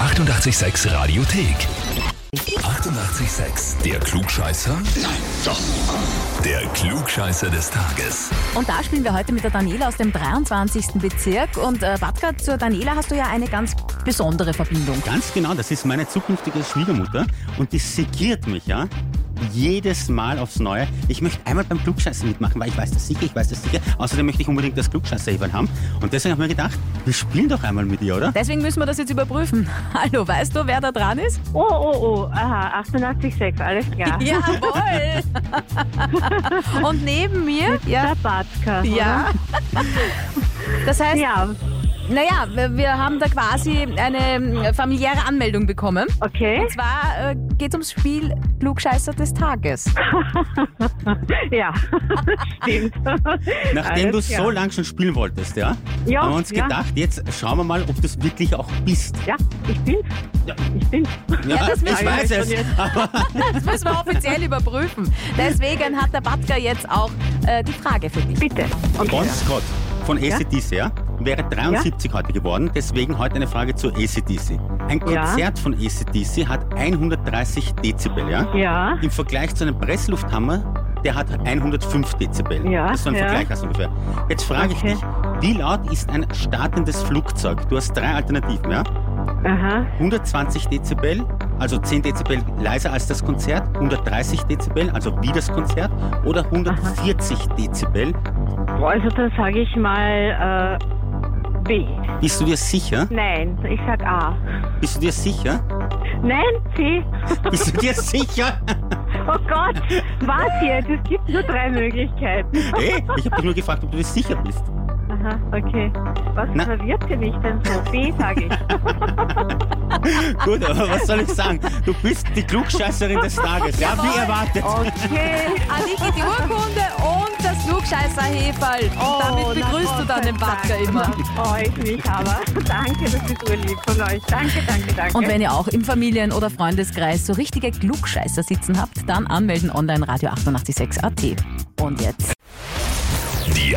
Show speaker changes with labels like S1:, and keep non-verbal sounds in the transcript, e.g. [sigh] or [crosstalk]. S1: 886 Radiothek. 88,6. Der Klugscheißer? Nein, doch. Der Klugscheißer des Tages.
S2: Und da spielen wir heute mit der Daniela aus dem 23. Bezirk. Und äh, Batka, zur Daniela hast du ja eine ganz besondere Verbindung.
S3: Ganz genau, das ist meine zukünftige Schwiegermutter und die segiert mich, ja? Jedes Mal aufs Neue. Ich möchte einmal beim Klugscheißen mitmachen, weil ich weiß das sicher, ich weiß das sicher. Außerdem möchte ich unbedingt das Klugscheißer haben. Und deswegen habe ich mir gedacht, wir spielen doch einmal mit ihr, oder?
S2: Deswegen müssen wir das jetzt überprüfen. [laughs] Hallo, weißt du, wer da dran ist?
S4: Oh, oh, oh, aha, 88,6,
S2: [laughs]
S4: alles klar.
S2: Jawohl! [laughs] Und neben mir? Ja.
S4: Der Batzka. oder?
S2: Ja. Das heißt,
S4: Ja,
S2: naja, wir- wir haben da quasi eine äh, familiäre Anmeldung bekommen.
S4: okay. [laughs]
S2: Und zwar äh, geht es ums Spiel Klugscheißer des Tages.
S4: Ja, stimmt.
S3: Nachdem du
S4: Äh, Alles klar.
S3: so lange schon spielen wolltest, ja?
S4: Ja,
S3: haben wir uns
S4: ja.
S3: gedacht, jetzt schauen wir mal, ob du es wirklich auch bist.
S4: Ja, ich bin's.
S3: Ja.
S4: Ich bin's.
S2: Ja, das wissen
S3: ich
S2: wir
S3: weiß
S4: jetzt
S3: es.
S4: schon
S3: Aber
S2: Das müssen wir offiziell überprüfen. Deswegen hat der Batka jetzt auch äh, die Frage für dich.
S4: Bitte.
S3: Bon
S4: Okay.
S3: Scott von ACDC, ja? Wäre 73 heute geworden, deswegen heute eine Frage zu ACDC. Ein
S4: Ja.
S3: Konzert von ACDC hat 130 Dezibel, ja?
S4: Ja,
S3: Im Vergleich zu einem Presslufthammer, der hat 105 Dezibel.
S4: Ja,
S3: Das ist so ein
S4: ja.
S3: Vergleich also ungefähr. Jetzt frage ich
S4: Okay.
S3: dich, wie laut ist ein startendes Flugzeug? Du hast drei Alternativen, ja?
S4: aha.
S3: 120 Dezibel, also 10 Dezibel leiser als das Konzert, 130 Dezibel, also wie das Konzert, oder 140 Dezibel.
S4: Also dann sage ich mal äh, B.
S3: Bist du dir sicher?
S4: Nein, ich sag A.
S3: Bist du dir sicher?
S4: Nein, C.
S3: Bist du dir [laughs] sicher?
S4: Oh Gott, was jetzt? Es gibt nur drei Möglichkeiten.
S3: Hey, ich habe dich nur gefragt, ob du dir sicher bist.
S4: Aha, okay. Was
S3: Na.
S4: verwirrt ihr mich denn so? B sage ich.
S3: Gut, aber was soll ich sagen? Du bist die Klugscheißerin des Tages, ja, wie erwartet.
S4: Okay.
S2: Aniki, die Urkunde und das Flugscheißer-Heferl. Und
S4: Oh,
S2: damit begrüßt du dann den Batka immer.
S4: Freue ich mich aber. [laughs] Danke, das ist urlieb von euch. Danke, danke, danke.
S2: Und wenn ihr auch im Familien- oder Freundeskreis so richtige Klugscheißer sitzen habt, dann anmelden online Radio 886 AT. Und jetzt
S1: Die